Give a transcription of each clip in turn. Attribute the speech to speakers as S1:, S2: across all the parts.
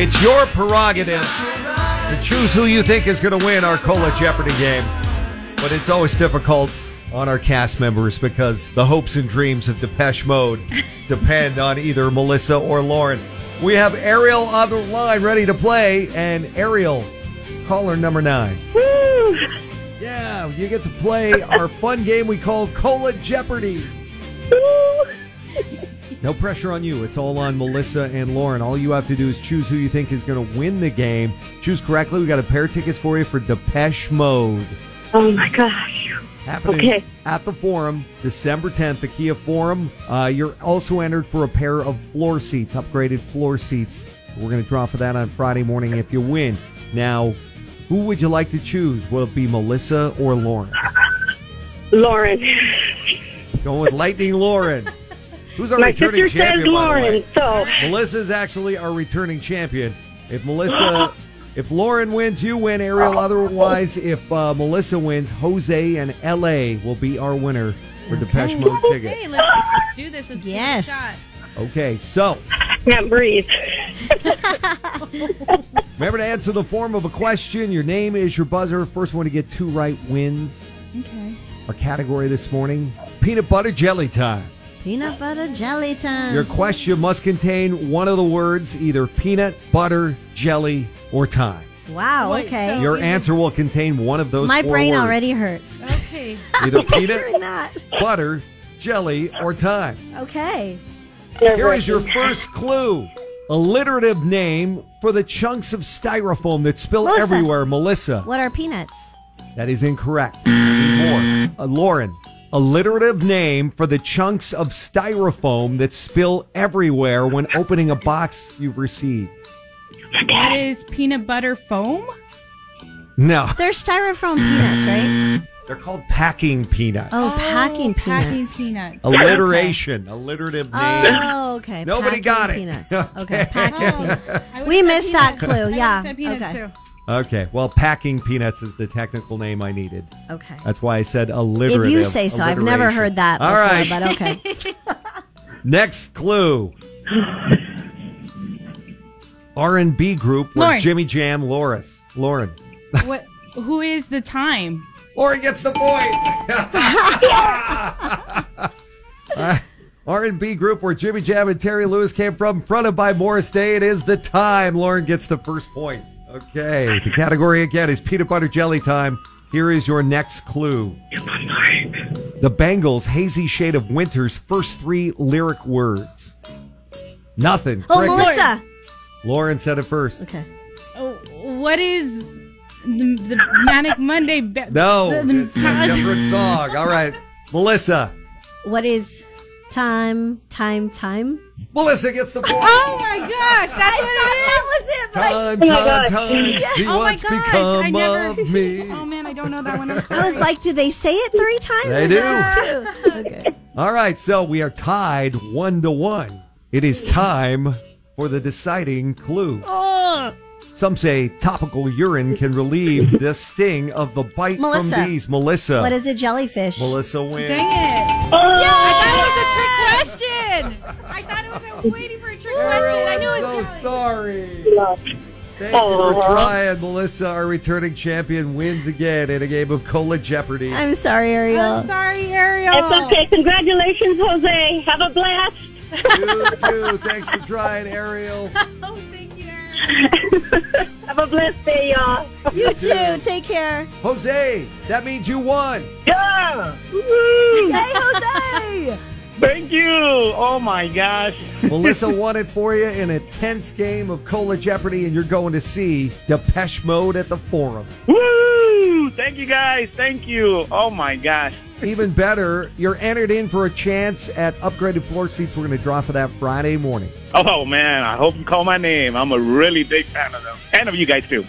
S1: It's your prerogative to choose who you think is going to win our Cola Jeopardy game. But it's always difficult on our cast members because the hopes and dreams of Depeche Mode depend on either Melissa or Lauren. We have Ariel on the line ready to play, and Ariel, caller number nine. Yeah, you get to play our fun game we call Cola Jeopardy. No pressure on you. It's all on Melissa and Lauren. All you have to do is choose who you think is going to win the game. Choose correctly. We got a pair of tickets for you for Depeche Mode.
S2: Oh my gosh.
S1: Happening
S2: Okay.
S1: at the Forum, December 10th, the Kia Forum. Uh, you're also entered for a pair of floor seats, upgraded floor seats. We're going to draw for that on Friday morning if you win. Now, who would you like to choose? Will it be Melissa or Lauren?
S2: Lauren.
S1: Going with Lightning Lauren. Who's our
S2: My
S1: returning
S2: sister says
S1: champion? by the way?
S2: Lauren, so
S1: Melissa's actually our returning champion. If Melissa, if Lauren wins, you win, Ariel. Otherwise, if uh, Melissa wins, Jose and LA will be our winner for Depeche Mode ticket.
S3: Hey, let's, let's do this. Let's
S4: Yes.
S3: give it a shot.
S1: Okay, so
S2: can't breathe.
S1: remember to answer the form of a question. Your name is your buzzer. First one to get two right wins.
S4: Okay.
S1: Our category this morning: peanut butter jelly time.
S4: Peanut butter jelly time.
S1: Your question must contain one of the words, either peanut butter, jelly, or time.
S4: wow.
S3: Wait,
S4: okay.
S3: so-
S1: Your answer will contain one of those.
S4: My
S1: four
S4: brain
S1: words.
S4: already hurts.
S3: Okay.
S1: either
S4: Considering
S1: peanut,
S4: that.
S1: butter, jelly, or thyme.
S4: Okay.
S1: Here is your first clue. Alliterative name for the chunks of styrofoam that spill
S4: Melissa.
S1: everywhere, Melissa.
S4: What are peanuts?
S1: That is incorrect. More. Uh, Lauren. Alliterative name for the chunks of styrofoam that spill everywhere when opening a box you've received.
S3: That is peanut butter foam?
S1: No,
S4: They're styrofoam peanuts, right?
S1: they're called packing peanuts.
S4: Oh, packing peanuts.
S3: Packing peanuts.
S1: Oh, Alliteration. Alliterative name.
S4: Oh, okay.
S1: Nobody
S4: Packing
S1: got it.
S4: Peanuts.
S1: Okay.
S4: Okay. Packing
S3: Oh,
S4: peanuts.
S3: I would've
S4: We
S3: said
S4: missed that
S3: peanuts. I
S4: clue,
S3: would've
S4: yeah.
S3: said peanuts
S4: Okay.
S3: too.
S1: Okay, well, packing peanuts is the technical name I needed.
S4: Okay.
S1: That's why I said alliterative.
S4: If you say so, I've never
S1: alliteration.
S4: heard that
S1: All
S4: before,
S1: right,
S4: but okay.
S1: next clue. R&B group with
S3: Lauren.
S1: Jimmy Jam, Loris, Lauren.
S3: What? Who is the time?
S1: Lauren gets the point. Uh, R&B group where Jimmy Jam and Terry Lewis came from, fronted by Morris Day. It is the time. Lauren gets the first point. Okay, the category again is peanut butter jelly time. Here is your next clue. The Bangles' "Hazy Shade of Winter's" first three lyric words. Nothing.
S4: Oh,
S1: Crickets.
S4: Melissa.
S1: Lauren said it first.
S4: Okay.
S3: Oh, what is the, the Manic Monday? Be-
S1: No,
S3: the- the
S1: it's a different song. All right, Melissa.
S4: What is time, time, time?
S1: Melissa gets the point.
S3: Oh my gosh, that's what it is.
S4: That was it, but I,
S1: Time,
S2: Oh my
S1: time,
S2: God.
S1: time. See
S3: Oh my
S1: what's
S3: gosh,
S1: become
S3: I never-
S1: of me.
S3: Oh man, I don't know that one. I'm
S4: I
S3: sorry.
S4: was like, do they say it three times?
S1: They
S4: or
S1: do.
S4: just two? Okay.
S1: All right, so we are tied one to one. It is time for the deciding clue.
S3: Oh.
S4: Oh.
S1: Some say topical urine can relieve the sting of the bite
S4: Melissa.
S1: from bees. Melissa.
S4: What is a jellyfish?
S1: Melissa wins.
S3: Dang it! I thought it was a trick question. I thought it was. I was waiting for a trick question. I knew it
S1: so
S3: was.
S1: sorry. Thank you for
S2: Aw.
S1: trying. Melissa, our returning champion, wins again in a game of Cola Jeopardy.
S4: I'm sorry, Ariel.
S3: I'm sorry, Ariel.
S2: It's okay. Congratulations, Jose. Have a blast.
S1: You too. Thanks for trying, Ariel.
S3: Oh, thank you, Ariel.
S2: Have a blessed day, y'all.
S4: You too. Take care.
S1: Jose, that means you won.
S5: Yeah! Woo!
S4: Hey, Jose.
S5: Thank you! Oh my gosh.
S1: Melissa won it for you in a tense game of Cola Jeopardy, and you're going to see Depeche Mode at the Forum.
S5: Woo! Thank you guys. Thank you. Oh my gosh.
S1: Even better, you're entered in for a chance at upgraded floor seats. We're going to draw for that Friday morning.
S5: Oh man, I hope you call my name. I'm a really big fan of them. And of you guys too.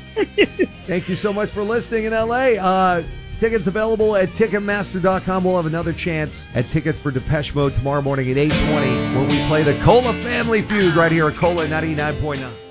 S1: Thank you so much for listening in LA. Uh, tickets available at Ticketmaster.com. We'll have another chance at tickets for Depeche Mode tomorrow morning at 8:20 when we play the Cola Family Feud right here at Cola 99.9.